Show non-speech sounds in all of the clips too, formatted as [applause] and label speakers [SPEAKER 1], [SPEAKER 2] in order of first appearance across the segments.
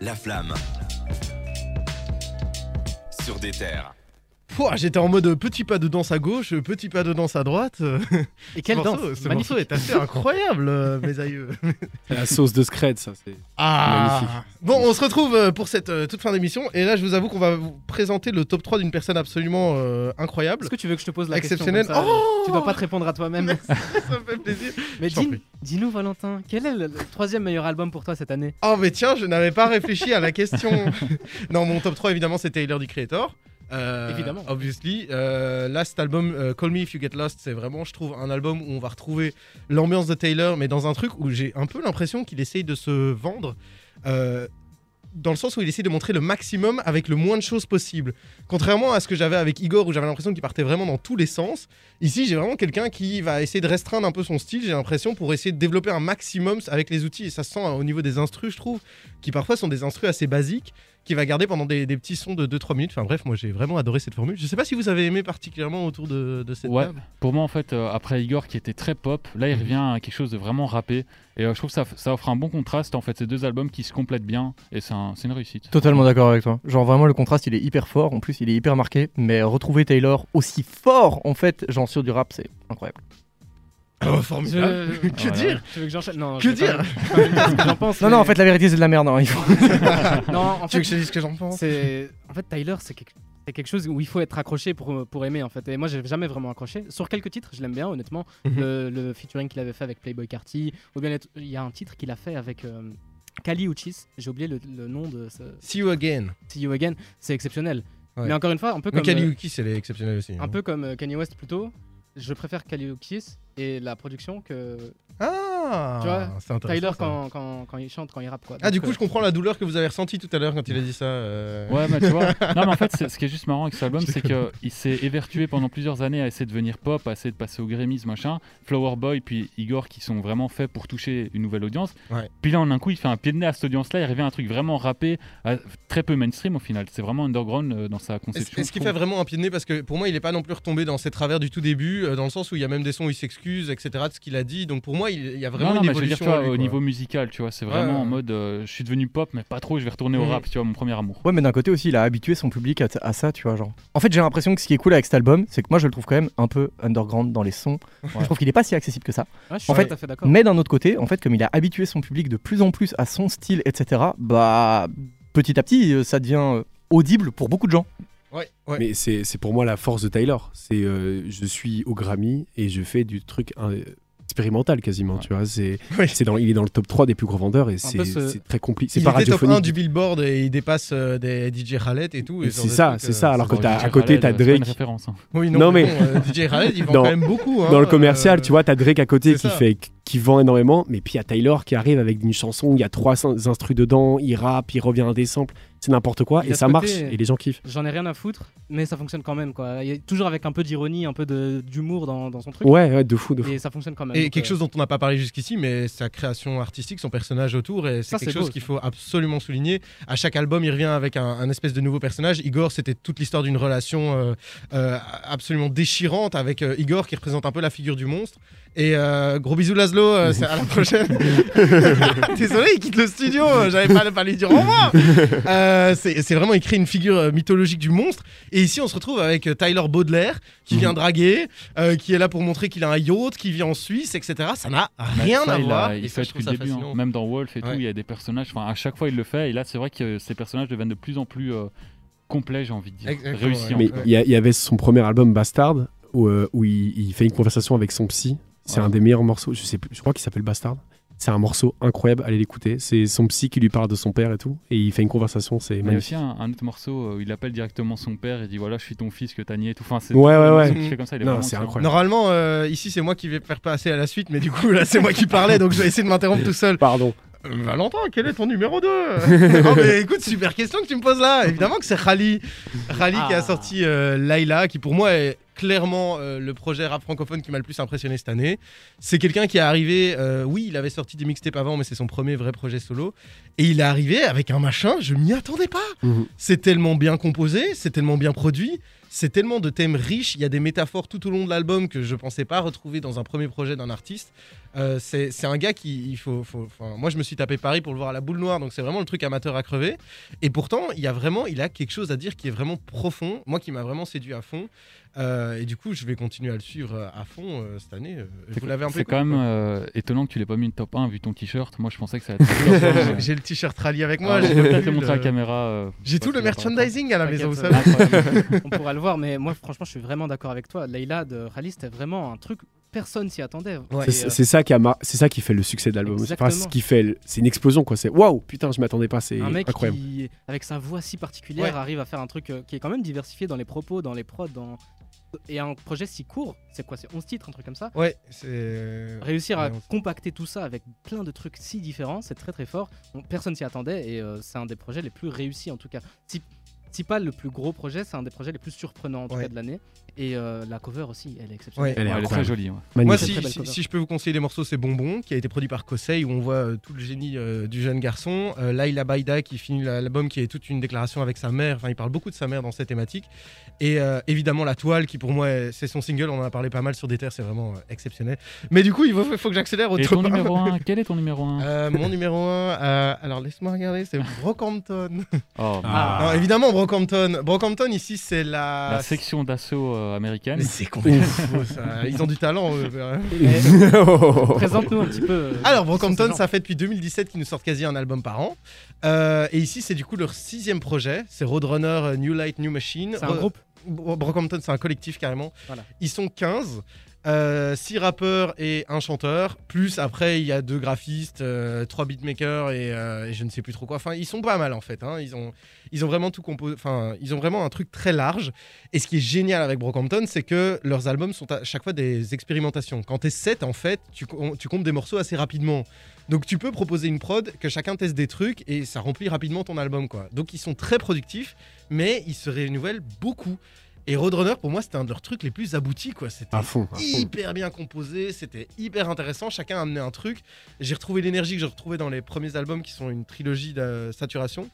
[SPEAKER 1] La flamme. Sur des terres.
[SPEAKER 2] Pouah, J'étais en mode petit pas de danse à gauche, petit pas de danse à droite. Euh,
[SPEAKER 3] Et quelle
[SPEAKER 2] ce
[SPEAKER 3] danse
[SPEAKER 2] morceau, ce morceau est assez incroyable, euh, mes
[SPEAKER 3] [laughs]
[SPEAKER 2] aïeux.
[SPEAKER 4] C'est la sauce de Scred, ça. C'est...
[SPEAKER 2] Ah Bon, on se retrouve euh, pour cette euh, toute fin d'émission. Et là, je vous avoue qu'on va vous présenter le top 3 d'une personne absolument euh, incroyable.
[SPEAKER 3] Est-ce que tu veux que je te pose la
[SPEAKER 2] Exceptionnel.
[SPEAKER 3] question comme ça euh,
[SPEAKER 2] Oh
[SPEAKER 3] Tu dois pas te répondre à toi-même.
[SPEAKER 2] [laughs] Ça me fait plaisir.
[SPEAKER 3] Mais
[SPEAKER 2] Je t'en
[SPEAKER 3] dis-
[SPEAKER 2] prie.
[SPEAKER 3] dis-nous, Valentin, quel est le, le troisième meilleur album pour toi cette année
[SPEAKER 2] Oh, mais tiens, je n'avais pas réfléchi à la question. non, mon top 3, évidemment, c'est Taylor du Creator. Euh,
[SPEAKER 3] Évidemment.
[SPEAKER 2] Obviously. Euh, là, cet album, euh, Call Me If You Get Lost, c'est vraiment, je trouve, un album où on va retrouver l'ambiance de Taylor, mais dans un truc où j'ai un peu l'impression qu'il essaye de se vendre. euh, dans le sens où il essaie de montrer le maximum avec le moins de choses possible. Contrairement à ce que j'avais avec Igor, où j'avais l'impression qu'il partait vraiment dans tous les sens, ici j'ai vraiment quelqu'un qui va essayer de restreindre un peu son style, j'ai l'impression, pour essayer de développer un maximum avec les outils. Et ça se sent euh, au niveau des instrus, je trouve, qui parfois sont des instrus assez basiques, qui va garder pendant des, des petits sons de 2-3 minutes. Enfin bref, moi j'ai vraiment adoré cette formule. Je sais pas si vous avez aimé particulièrement autour de, de cette
[SPEAKER 5] Ouais.
[SPEAKER 2] table.
[SPEAKER 5] Pour moi, en fait, euh, après Igor qui était très pop, là il
[SPEAKER 2] Mhm.
[SPEAKER 5] revient à quelque chose de vraiment rappé. Et euh, je trouve que ça, f- ça offre un bon contraste. En fait, ces deux albums qui se complètent bien et c'est un- c'est une réussite.
[SPEAKER 6] Totalement d'accord avec toi. Genre vraiment le contraste il est hyper fort, en plus il est hyper marqué, mais retrouver Taylor aussi fort en fait, genre sur du rap, c'est incroyable.
[SPEAKER 2] Oh, formidable. Que
[SPEAKER 5] Voilà.
[SPEAKER 2] dire
[SPEAKER 3] Oh Tu veux que j'enchaîne Non.
[SPEAKER 2] Que
[SPEAKER 3] je vais
[SPEAKER 2] dire
[SPEAKER 3] pas- je vais pas dire ce que j'en pense.
[SPEAKER 6] Non non
[SPEAKER 3] mais-
[SPEAKER 6] en fait la vérité c'est de la merde, non, il faut-
[SPEAKER 3] Non, en
[SPEAKER 2] Tu veux
[SPEAKER 3] fait,
[SPEAKER 2] que je te dise ce que j'en pense
[SPEAKER 3] c'est en fait Tyler, c'est quelque... c'est quelque chose où il faut être accroché pour, pour aimer en fait. Et moi, j'ai jamais vraiment accroché. Sur quelques titres, je l'aime bien, honnêtement.
[SPEAKER 2] Mhm.
[SPEAKER 3] le, le featuring qu'il avait fait avec Playboy Carty, ou bien il y a un titre qu'il a fait avec euh, Kali Uchis. J'ai oublié le, le nom de ce
[SPEAKER 2] See you again.
[SPEAKER 3] See You Again. C'est exceptionnel.
[SPEAKER 2] Ouais.
[SPEAKER 3] Mais encore une fois, un peu
[SPEAKER 2] Mais
[SPEAKER 3] comme euh,
[SPEAKER 2] Kaliuki, c'est exceptionnel aussi. hein.
[SPEAKER 3] un peu comme euh, Kanye West plutôt. Je préfère Kali Uchis et la production que
[SPEAKER 2] Ah
[SPEAKER 3] Tu vois,
[SPEAKER 2] c'est intéressant,
[SPEAKER 3] Tyler
[SPEAKER 2] ça.
[SPEAKER 3] quand, quand, quand il chante, quand il rappe quoi.
[SPEAKER 2] Ah,
[SPEAKER 3] Donc,
[SPEAKER 2] du coup,
[SPEAKER 3] euh,
[SPEAKER 2] je comprends la douleur que vous avez ressentie tout à l'heure quand il a dit ça. euh.
[SPEAKER 5] Ouais, mais
[SPEAKER 2] [laughs]
[SPEAKER 5] tu vois. Non, mais en fait, c'est- ce qui est juste marrant avec cet album, c'est qu'il s'est évertué pendant plusieurs années à essayer de devenir pop, à essayer de passer au Grammys, machin. Flower Boy, puis Igor, qui sont vraiment faits pour toucher une nouvelle audience.
[SPEAKER 2] Ouais.
[SPEAKER 5] Puis là, en un coup, il fait un pied de nez à cette audience-là, il revient à un truc vraiment rappé, à- très peu mainstream au final. C'est vraiment underground euh, dans sa
[SPEAKER 2] Est-ce
[SPEAKER 5] conception.
[SPEAKER 2] est-ce qu'il
[SPEAKER 5] je
[SPEAKER 2] fait
[SPEAKER 5] trouve.
[SPEAKER 2] vraiment un pied de nez Parce que pour moi, il n'est pas non plus retombé dans ses travers du tout début, euh, dans le sens où il y a même des sons où il s'excuse, etc., de ce qu'il a dit. Donc pour moi, il il y a vraiment
[SPEAKER 5] non, non,
[SPEAKER 2] une
[SPEAKER 5] mais je veux dire,
[SPEAKER 2] évolution.
[SPEAKER 5] toi,
[SPEAKER 2] à lui,
[SPEAKER 5] au
[SPEAKER 2] quoi.
[SPEAKER 5] niveau musical, tu vois, c'est
[SPEAKER 2] Ouais,
[SPEAKER 5] vraiment
[SPEAKER 2] ouais.
[SPEAKER 5] en mode euh, je suis devenu pop, mais pas trop, je vais retourner au
[SPEAKER 2] Mhm.
[SPEAKER 5] rap, tu vois, mon premier amour.
[SPEAKER 6] Ouais mais d'un côté aussi il a habitué son public à, à ça, tu vois genre. En fait j'ai l'impression que ce qui est cool avec cet album, c'est que moi je le trouve quand même un peu underground dans les sons. Je trouve qu'il est pas si accessible que ça.
[SPEAKER 3] ouais, je suis
[SPEAKER 6] en fait,
[SPEAKER 3] tout à fait d'accord.
[SPEAKER 6] Mais d'un autre côté, en fait, comme il a habitué son public de plus en plus à son style, etc., bah petit à petit, euh, ça devient euh, audible pour beaucoup de gens.
[SPEAKER 2] Ouais, ouais.
[SPEAKER 4] Mais c'est, c'est pour moi la force de Tyler. C'est euh, je suis au Grammy et je fais du truc euh, expérimental quasiment.
[SPEAKER 5] Ouais.
[SPEAKER 4] Tu vois, c'est,
[SPEAKER 2] [laughs] Oui.
[SPEAKER 4] c'est dans, il est dans le top 3 des plus gros vendeurs et c'est,
[SPEAKER 3] peu ce-
[SPEAKER 4] c'est très compliqué. C'est
[SPEAKER 2] Il
[SPEAKER 4] pas
[SPEAKER 2] était top 1
[SPEAKER 4] radiophonique.
[SPEAKER 2] du Billboard et il dépasse euh, des DJ Khaled et tout. et
[SPEAKER 4] Mais
[SPEAKER 2] ce genre
[SPEAKER 4] c'est
[SPEAKER 2] de
[SPEAKER 4] ça,
[SPEAKER 2] trucs, euh,
[SPEAKER 4] c'est ça, alors
[SPEAKER 2] c'est
[SPEAKER 4] que t'as-
[SPEAKER 2] vrai.
[SPEAKER 4] à côté,
[SPEAKER 5] Khaled,
[SPEAKER 4] t'as
[SPEAKER 5] c'est pas une
[SPEAKER 4] Drake.
[SPEAKER 5] référence, hein.
[SPEAKER 2] Oui, non,
[SPEAKER 4] Non,
[SPEAKER 2] mais.
[SPEAKER 4] mais-
[SPEAKER 2] bon, euh, DJ Khaled, il vend
[SPEAKER 4] Dans-
[SPEAKER 2] quand même beaucoup. hein,
[SPEAKER 4] Dans le commercial,
[SPEAKER 2] euh,
[SPEAKER 4] tu vois, t'as Drake à côté
[SPEAKER 2] c'est
[SPEAKER 4] qui
[SPEAKER 2] ça.
[SPEAKER 4] fait, qui vend énormément, mais puis il y a Tyler qui arrive avec une chanson où il y a trois instrus dedans, il rappe, il revient à des samples, c'est n'importe quoi
[SPEAKER 3] Il a
[SPEAKER 4] et
[SPEAKER 3] ce
[SPEAKER 4] ça
[SPEAKER 3] côté-
[SPEAKER 4] marche et les gens kiffent.
[SPEAKER 3] J'en ai rien à foutre, mais ça fonctionne quand même quoi. Il y a toujours avec un peu d'ironie, un peu de- d'humour dans, dans son truc.
[SPEAKER 4] Ouais, ouais, de fou, de fou.
[SPEAKER 3] Et ça fonctionne quand même.
[SPEAKER 2] Et
[SPEAKER 3] Donc,
[SPEAKER 2] quelque
[SPEAKER 3] euh,
[SPEAKER 2] chose dont on n'a pas parlé jusqu'ici, mais sa création artistique, son personnage autour, et c'est
[SPEAKER 3] Ça,
[SPEAKER 2] quelque
[SPEAKER 3] c'est
[SPEAKER 2] chose
[SPEAKER 3] beau.
[SPEAKER 2] qu'il faut absolument souligner. À chaque album, il revient avec un, un espèce de nouveau personnage. Igor, c'était toute l'histoire d'une relation euh, euh, absolument déchirante avec euh, Igor, qui représente un peu la figure du monstre. Et euh, gros bisous Laszlo, euh, c'est à
[SPEAKER 3] [laughs]
[SPEAKER 2] la prochaine. [laughs] Désolé, il quitte le studio, euh, j'avais pas, pas lui dire au revoir. Euh, c'est c'est vraiment, il crée une figure euh, mythologique du monstre. Et ici, on se retrouve avec euh, Tyler Baudelaire, qui
[SPEAKER 5] Mhm.
[SPEAKER 2] vient draguer, euh, qui est là pour montrer qu'il a un yacht, qui vit en Suisse, etc. Ça n'a rien
[SPEAKER 5] Ça,
[SPEAKER 2] à
[SPEAKER 5] il a-
[SPEAKER 2] voir.
[SPEAKER 5] Il
[SPEAKER 2] et ça,
[SPEAKER 5] fait
[SPEAKER 2] je
[SPEAKER 5] depuis
[SPEAKER 2] trouve
[SPEAKER 5] le
[SPEAKER 2] ça
[SPEAKER 5] début, hein.
[SPEAKER 2] fascinant.
[SPEAKER 5] même dans Wolf et tout,
[SPEAKER 2] Ouais.
[SPEAKER 5] il y a des personnages. Enfin, à chaque fois, il le fait. Et là, c'est vrai que euh, ces personnages deviennent de plus en plus euh, complets, j'ai envie de dire,
[SPEAKER 2] Exactement,
[SPEAKER 5] réussis.
[SPEAKER 2] ouais.
[SPEAKER 5] en
[SPEAKER 4] Mais
[SPEAKER 5] fait.
[SPEAKER 4] il y, a- il y avait son premier album Bastard où, euh, où il, il fait une conversation avec son psy. C'est
[SPEAKER 5] Ouais.
[SPEAKER 4] un des meilleurs morceaux. Je sais plus. Je crois qu'il s'appelle Bastard. C'est un morceau incroyable. Allez l'écouter. C'est son psy qui lui parle de son père et tout. Et il fait une conversation. C'est
[SPEAKER 5] [laughs] Il y a
[SPEAKER 4] magnifique.
[SPEAKER 5] aussi un, un autre morceau euh, où il appelle directement son père et dit voilà je suis ton fils que t'as nié et tout. Enfin c'est
[SPEAKER 4] Ouais, ouais,
[SPEAKER 5] la
[SPEAKER 4] ouais.
[SPEAKER 5] musique qu'il fait comme ça, il est
[SPEAKER 4] Non,
[SPEAKER 5] vraiment
[SPEAKER 4] c'est
[SPEAKER 5] excellent.
[SPEAKER 4] incroyable.
[SPEAKER 2] Normalement, euh, ici, c'est moi qui vais faire passer à la suite, mais du coup, là, c'est moi qui parlais, donc je vais essayer de m'interrompre tout seul.
[SPEAKER 4] Pardon.
[SPEAKER 2] Euh, Valentin, quel est ton numéro 2 Oh, mais écoute, super question que tu me poses là. Évidemment que c'est Rally. Rally qui a
[SPEAKER 3] Ah.
[SPEAKER 2] sorti euh, Laila, qui pour moi est clairement euh, le projet rap francophone qui m'a le plus impressionné cette année. C'est quelqu'un qui est arrivé, euh, oui, il avait sorti des mixtapes avant, mais c'est son premier vrai projet solo. Et il est arrivé avec un machin, je m'y attendais pas.
[SPEAKER 4] Mhm.
[SPEAKER 2] C'est tellement bien composé, c'est tellement bien produit. C'est tellement de thèmes riches, il y a des métaphores tout au long de l'album que je pensais pas retrouver dans un premier projet d'un artiste. Euh, c'est c'est un gars qui, il faut, faut- enfin, moi je me suis tapé Paris pour le voir à la boule noire, donc c'est vraiment le truc amateur à crever. Et pourtant, il y a vraiment, il a quelque chose à dire qui est vraiment profond, moi qui m'a vraiment séduit à fond. Euh, et du coup, je vais continuer à le suivre euh, à fond euh, cette année. Euh,
[SPEAKER 5] C'est-
[SPEAKER 2] Vous l'avez un peu
[SPEAKER 5] C'est quand
[SPEAKER 2] écouté,
[SPEAKER 5] même euh, étonnant que tu l'aies pas mis le top 1 vu ton t-shirt. Moi, je pensais
[SPEAKER 2] [laughs]
[SPEAKER 5] que ça allait être
[SPEAKER 2] quoi.
[SPEAKER 5] top 1, mais-
[SPEAKER 2] J'ai- J'ai le t-shirt rally avec [laughs] moi.
[SPEAKER 5] Ah,
[SPEAKER 2] j'ai
[SPEAKER 5] je peux
[SPEAKER 2] le
[SPEAKER 5] pas te
[SPEAKER 2] pull,
[SPEAKER 5] le montrer à la
[SPEAKER 2] euh,
[SPEAKER 5] caméra. euh,
[SPEAKER 2] J'ai
[SPEAKER 5] parce
[SPEAKER 2] tout le
[SPEAKER 5] qu'il y a pas longtemps.
[SPEAKER 2] merchandising à la maison, vous
[SPEAKER 3] T'inquiète,
[SPEAKER 2] savez. [laughs]
[SPEAKER 3] euh, on pourra le voir, mais moi, franchement, je suis vraiment d'accord avec toi. Leïla de Rally, c'était vraiment un truc, personne s'y attendait.
[SPEAKER 2] Ouais.
[SPEAKER 3] Et,
[SPEAKER 4] C'est
[SPEAKER 3] euh,
[SPEAKER 4] c'est ça, qui a mar- c'est ça qui fait le succès de l'album. C'est pas
[SPEAKER 3] Exactement.
[SPEAKER 4] ce qui fait. le- C'est une explosion, quoi. C'est waouh, putain, je m'attendais pas. C'est
[SPEAKER 3] un mec
[SPEAKER 4] incroyable.
[SPEAKER 3] qui, avec sa voix si particulière,
[SPEAKER 2] Ouais.
[SPEAKER 3] arrive à faire un truc euh, qui est quand même diversifié dans les propos, dans les prods, dans... et un projet si court, c'est quoi C'est 11 titres, un truc comme ça
[SPEAKER 2] Ouais, c'est.
[SPEAKER 3] Réussir à
[SPEAKER 2] Ouais, on-
[SPEAKER 3] compacter tout ça avec plein de trucs si différents, c'est très très fort. On- personne s'y attendait et euh, c'est un des projets les plus réussis en tout cas. Si, si pas le plus gros projet, c'est un des projets les plus surprenants en tout
[SPEAKER 2] Ouais.
[SPEAKER 3] cas de l'année. Et euh, la cover aussi, elle est exceptionnelle.
[SPEAKER 5] Ouais,
[SPEAKER 4] Elle est
[SPEAKER 5] Elle est très
[SPEAKER 4] incroyable.
[SPEAKER 5] jolie. ouais.
[SPEAKER 2] Moi,
[SPEAKER 4] Magnifique.
[SPEAKER 2] si,
[SPEAKER 3] Très, très belle
[SPEAKER 2] si-
[SPEAKER 3] cover.
[SPEAKER 2] si je peux vous conseiller les morceaux, c'est Bonbon, qui a été produit par Kosei, où on voit euh, tout le génie euh, du jeune garçon. Euh, Laila Baïda, qui finit la- l'album, qui est toute une déclaration avec sa mère. Enfin, il parle beaucoup de sa mère dans cette thématique. Et euh, évidemment, La Toile, qui pour moi, est- c'est son single. On en a parlé pas mal sur des terres, c'est vraiment euh, exceptionnel. Mais du coup, il faut, faut que j'accélère au
[SPEAKER 5] Et
[SPEAKER 2] top
[SPEAKER 5] ton
[SPEAKER 2] un.
[SPEAKER 5] numéro 1, quel est ton numéro 1
[SPEAKER 2] [laughs] Euh, mon numéro 1, alors laisse-moi regarder, c'est Brockhampton.
[SPEAKER 5] oh,
[SPEAKER 4] Ah. [laughs]
[SPEAKER 2] Non, évidemment, Brockhampton. Brockhampton, ici, ah, c'est la.
[SPEAKER 5] La section d'assaut euh, américaine.
[SPEAKER 2] Mais c'est complètement [laughs] faux, ça. Ils ont du talent. eux, euh.
[SPEAKER 4] [laughs]
[SPEAKER 3] Présente-nous un petit peu. euh,
[SPEAKER 2] Alors,
[SPEAKER 3] qui sont ces
[SPEAKER 2] Brockhampton,
[SPEAKER 3] gens.
[SPEAKER 2] ça fait depuis 2017 qu'ils nous sortent quasi un album par an. Euh, et ici, c'est du coup leur sixième projet. C'est Roadrunner, euh, New Light, New Machine.
[SPEAKER 3] C'est un
[SPEAKER 2] Re-
[SPEAKER 3] groupe.
[SPEAKER 2] Bro- Brockhampton, c'est un collectif carrément.
[SPEAKER 3] Voilà.
[SPEAKER 2] Ils sont 15. 6 rappeurs et un chanteur, plus après il y a deux graphistes, 3 beatmakers et, euh, et je ne sais plus trop quoi. Enfin, ils sont pas mal en fait. hein. Ils, ont, ils ont vraiment tout composé. Enfin, ils ont vraiment un truc très large. Et ce qui est génial avec Brockhampton, c'est que leurs albums sont à chaque fois des expérimentations. Quand t'es 7, en fait, tu, com- tu comptes des morceaux assez rapidement. Donc tu peux proposer une prod, que chacun teste des trucs et ça remplit rapidement ton album. quoi. Donc ils sont très productifs, mais ils se renouvellent beaucoup. Et Roadrunner, pour moi, c'était un de leurs trucs les plus aboutis. quoi. C'était
[SPEAKER 4] À fond. hein. à fond.
[SPEAKER 2] hyper bien composé, c'était hyper intéressant, chacun a amené un truc. J'ai retrouvé l'énergie que j'ai retrouvée dans les premiers albums qui sont une trilogie de euh, saturation.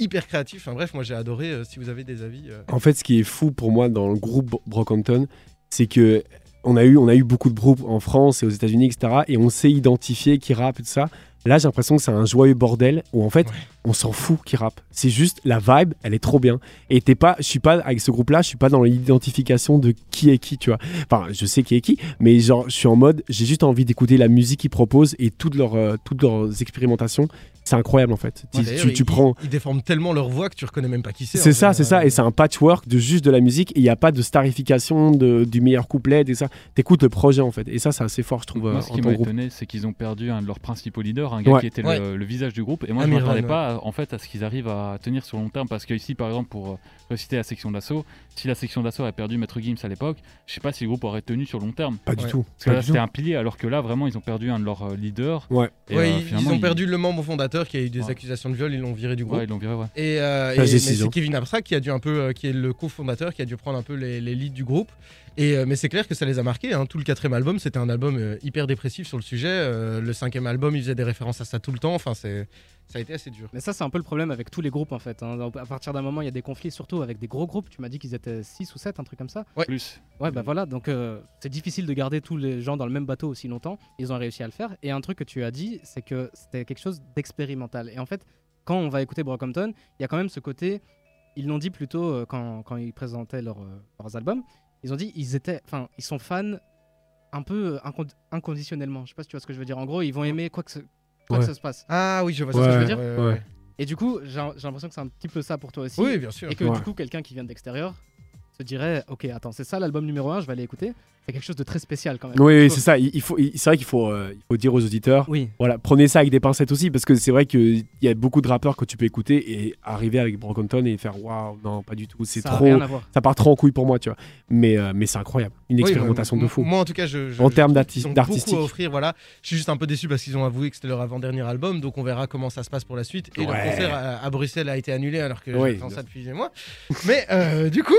[SPEAKER 2] Hyper créatif, enfin bref, moi j'ai adoré, euh, si vous avez des avis. euh.
[SPEAKER 4] En fait, ce qui est fou pour moi dans le groupe Bro- Brockhampton, c'est que on a eu, on a eu beaucoup de groupes en France et aux États-Unis, etc. Et on s'est identifié qui rappe et tout ça. Là, j'ai l'impression que c'est un joyeux bordel où en fait,
[SPEAKER 2] Ouais.
[SPEAKER 4] on s'en fout qui rappe. C'est juste la vibe, elle est trop bien. Et t'es pas, je suis pas avec ce groupe-là, je suis pas dans l'identification de qui est qui, tu vois. Enfin, je sais qui est qui, mais genre, je suis en mode, j'ai juste envie d'écouter la musique qu'ils proposent et toutes leurs, euh, toutes leurs expérimentations. C'est incroyable en fait. Tu-
[SPEAKER 2] Ouais,
[SPEAKER 4] tu-
[SPEAKER 2] d'ailleurs,
[SPEAKER 4] tu,
[SPEAKER 2] ils-
[SPEAKER 4] prends.
[SPEAKER 2] Ils, déforment tellement leur voix que tu reconnais même pas qui c'est.
[SPEAKER 4] C'est
[SPEAKER 2] en
[SPEAKER 4] ça,
[SPEAKER 2] fait,
[SPEAKER 4] c'est ça.
[SPEAKER 2] euh,
[SPEAKER 4] Et c'est un patchwork de juste de la musique. et Il n'y a pas de starification de- du meilleur couplet, et ça. T'écoutes le projet, en fait. Et ça, c'est assez fort, je trouve, euh,
[SPEAKER 5] Moi, ce
[SPEAKER 4] en
[SPEAKER 5] qui
[SPEAKER 4] tant
[SPEAKER 5] m'a
[SPEAKER 4] que groupe.
[SPEAKER 5] étonné, c'est qu'ils ont perdu un de leurs principaux leaders, un gars
[SPEAKER 4] Ouais.
[SPEAKER 5] qui était le- le,
[SPEAKER 2] Ouais.
[SPEAKER 5] visage du groupe. Et moi, je
[SPEAKER 2] Amiral,
[SPEAKER 5] m'attendais
[SPEAKER 2] ouais.
[SPEAKER 5] pas en fait à ce qu'ils arrivent à tenir sur long terme. Parce que ici, par exemple, pour euh, reciter la section d'assaut, si la section d'assaut avait perdu Maître Gims à l'époque, je sais pas si le groupe aurait tenu sur long terme.
[SPEAKER 4] Pas du
[SPEAKER 2] Ouais.
[SPEAKER 4] tout.
[SPEAKER 5] Parce que
[SPEAKER 4] Pas
[SPEAKER 5] là,
[SPEAKER 4] du
[SPEAKER 5] c'était
[SPEAKER 4] tout.
[SPEAKER 5] un pilier, alors que là, vraiment, ils ont perdu un de leurs euh, leaders.
[SPEAKER 4] Ouais.
[SPEAKER 5] Et,
[SPEAKER 2] ouais,
[SPEAKER 5] euh,
[SPEAKER 2] ils- ils,
[SPEAKER 5] finalement,
[SPEAKER 2] ont perdu le membre fondateur qui a eu des
[SPEAKER 5] Ouais.
[SPEAKER 2] accusations de viol, ils l'ont viré du groupe.
[SPEAKER 5] Ouais, ils l'ont viré, ouais.
[SPEAKER 2] Et, euh, et-
[SPEAKER 4] Phase
[SPEAKER 2] mais
[SPEAKER 4] décision.
[SPEAKER 2] c'est Kevin Abstract qui a dû un peu, euh, qui est le cofondateur, qui a dû prendre un peu les, les leads du groupe. Et euh, mais c'est clair que ça les a marqués. hein. Tout le quatrième album, c'était un album euh, hyper dépressif sur le sujet. Euh, le cinquième album, il faisait des références à ça tout le temps. Enfin, c'est, ça a été assez dur.
[SPEAKER 3] Mais ça, c'est un peu le problème avec tous les groupes en fait. hein. À partir d'un moment, il y a des conflits, surtout avec des gros groupes. Tu m'as dit qu'ils étaient 6 ou 7, un truc comme ça.
[SPEAKER 5] Plus.
[SPEAKER 3] Ouais, bah voilà, donc euh, c'est difficile de garder tous les gens dans le même bateau aussi longtemps. Ils ont réussi à le faire. Et un truc que tu as dit, c'est que c'était quelque chose d'expérimental. Et en fait, quand on va écouter Brockhampton, il y a quand même ce côté. Ils l'ont dit plutôt euh, quand, quand ils présentaient leur, euh, leurs albums. Ils ont dit ils étaient, enfin, ils sont fans un peu euh, incond- inconditionnellement. Je sais pas si tu vois ce que je veux dire. En gros, ils vont aimer quoi que ce, quoi que
[SPEAKER 4] Ouais.
[SPEAKER 3] ça se passe.
[SPEAKER 2] Ah oui, je vois
[SPEAKER 4] ce
[SPEAKER 2] ce
[SPEAKER 4] que
[SPEAKER 2] que
[SPEAKER 4] je
[SPEAKER 2] je
[SPEAKER 4] veux
[SPEAKER 2] veux dire.
[SPEAKER 4] ouais.
[SPEAKER 3] Et du coup, j'ai j'ai l'impression que c'est un petit peu ça pour toi aussi.
[SPEAKER 2] Oui, bien sûr.
[SPEAKER 3] Et que
[SPEAKER 4] Ouais.
[SPEAKER 3] du coup, quelqu'un qui vient de l'extérieur se dirait Ok, attends, c'est ça l'album numéro 1, je vais aller écouter. C'est quelque chose de très spécial quand même.
[SPEAKER 4] Oui, oui, c'est ça. Il il faut, il- c'est vrai qu'il faut, euh, il faut dire aux auditeurs.
[SPEAKER 3] Oui.
[SPEAKER 4] Voilà, prenez ça avec des pincettes aussi, parce que c'est vrai qu'il y a beaucoup de rappeurs que tu peux écouter et arriver avec Brockhampton et faire waouh, non, pas du tout, c'est
[SPEAKER 3] Ça a rien
[SPEAKER 4] trop.
[SPEAKER 3] à voir.
[SPEAKER 4] Ça part trop en couille pour moi, tu vois. Mais, euh, mais c'est incroyable. Une
[SPEAKER 2] Oui,
[SPEAKER 4] expérimentation
[SPEAKER 2] mais
[SPEAKER 4] de
[SPEAKER 2] m-
[SPEAKER 4] fou.
[SPEAKER 2] Moi, en tout cas, je. je-
[SPEAKER 4] En
[SPEAKER 2] je
[SPEAKER 4] termes
[SPEAKER 2] trouve
[SPEAKER 4] d'arti-
[SPEAKER 2] qu'ils ont
[SPEAKER 4] d'artistique.
[SPEAKER 2] beaucoup à offrir, voilà. Je suis juste un peu déçu parce qu'ils ont avoué que c'était leur avant-dernier album, donc on verra comment ça se passe pour la suite. Et
[SPEAKER 4] Ouais.
[SPEAKER 2] le concert à, à Bruxelles a été annulé alors que
[SPEAKER 4] Oui,
[SPEAKER 2] j'attends
[SPEAKER 4] bien
[SPEAKER 2] ça depuis des mois. Mais euh, du coup,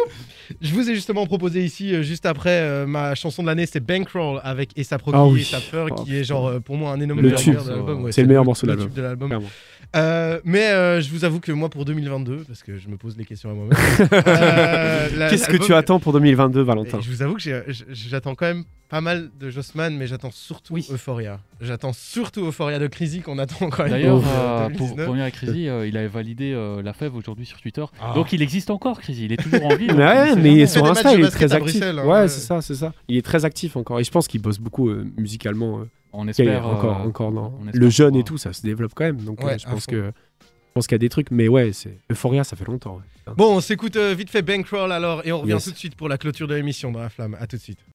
[SPEAKER 2] je vous ai justement proposé ici, euh, juste après euh, ma chanson de l'année, c'est Bankroll avec Essa Proki
[SPEAKER 4] Ah
[SPEAKER 2] et
[SPEAKER 4] oui.
[SPEAKER 2] Sappheur,
[SPEAKER 4] Oh,
[SPEAKER 2] qui est genre euh, pour moi un énorme
[SPEAKER 4] Le
[SPEAKER 2] banger
[SPEAKER 4] tube.
[SPEAKER 2] de l'album. Ouais,
[SPEAKER 4] C'est le meilleur morceau de
[SPEAKER 2] le
[SPEAKER 4] l'album.
[SPEAKER 2] tube de l'album.
[SPEAKER 4] Clairement.
[SPEAKER 2] Euh, mais euh, je vous avoue que moi pour 2022, parce que je me pose les questions à moi-même.
[SPEAKER 4] [laughs]
[SPEAKER 2] euh, la-
[SPEAKER 4] Qu'est-ce que
[SPEAKER 2] l'album-
[SPEAKER 4] tu attends pour 2022, Valentin
[SPEAKER 2] et Je vous avoue que j'ai- j- j'attends quand même pas mal de Jossman, mais j'attends surtout
[SPEAKER 3] Oui.
[SPEAKER 2] Euphoria. J'attends surtout Euphoria de Crazy qu'on attend quand même.
[SPEAKER 5] D'ailleurs,
[SPEAKER 2] pour, euh,
[SPEAKER 5] euh, pour
[SPEAKER 2] 2019.
[SPEAKER 5] revenir à Crazy, euh, il avait validé euh, la fève aujourd'hui sur Twitter.
[SPEAKER 2] Ah.
[SPEAKER 5] Donc il existe encore, Crazy. Il est toujours
[SPEAKER 4] [laughs]
[SPEAKER 5] en
[SPEAKER 4] Mais
[SPEAKER 5] vie.
[SPEAKER 2] [laughs]
[SPEAKER 5] donc on
[SPEAKER 4] ouais,
[SPEAKER 5] sait
[SPEAKER 4] mais
[SPEAKER 5] jamais.
[SPEAKER 4] sur
[SPEAKER 2] des matchs
[SPEAKER 4] Insta,
[SPEAKER 2] de
[SPEAKER 4] il est
[SPEAKER 2] basket
[SPEAKER 4] très
[SPEAKER 2] à
[SPEAKER 4] actif.
[SPEAKER 2] Bruxelles, hein,
[SPEAKER 4] ouais,
[SPEAKER 2] ouais.
[SPEAKER 4] c'est ça, c'est ça. Il est très actif encore. Et je pense qu'il bosse beaucoup euh, musicalement. euh,
[SPEAKER 5] On
[SPEAKER 4] qu'il y a
[SPEAKER 5] espère
[SPEAKER 4] encore,
[SPEAKER 5] euh,
[SPEAKER 4] encore dans
[SPEAKER 5] on espère
[SPEAKER 4] le jeune et
[SPEAKER 5] pouvoir-
[SPEAKER 4] tout, ça se développe quand même. Donc
[SPEAKER 2] Ouais,
[SPEAKER 4] euh, je
[SPEAKER 2] à
[SPEAKER 4] pense
[SPEAKER 2] fond.
[SPEAKER 4] que je pense qu'il y a des trucs. Mais ouais, c'est Euphoria, ça fait longtemps. ouais.
[SPEAKER 2] Bon, on s'écoute euh, vite fait Bankroll alors et on revient
[SPEAKER 4] Yes.
[SPEAKER 2] tout de suite pour la clôture de l'émission dans la flamme. À tout de suite.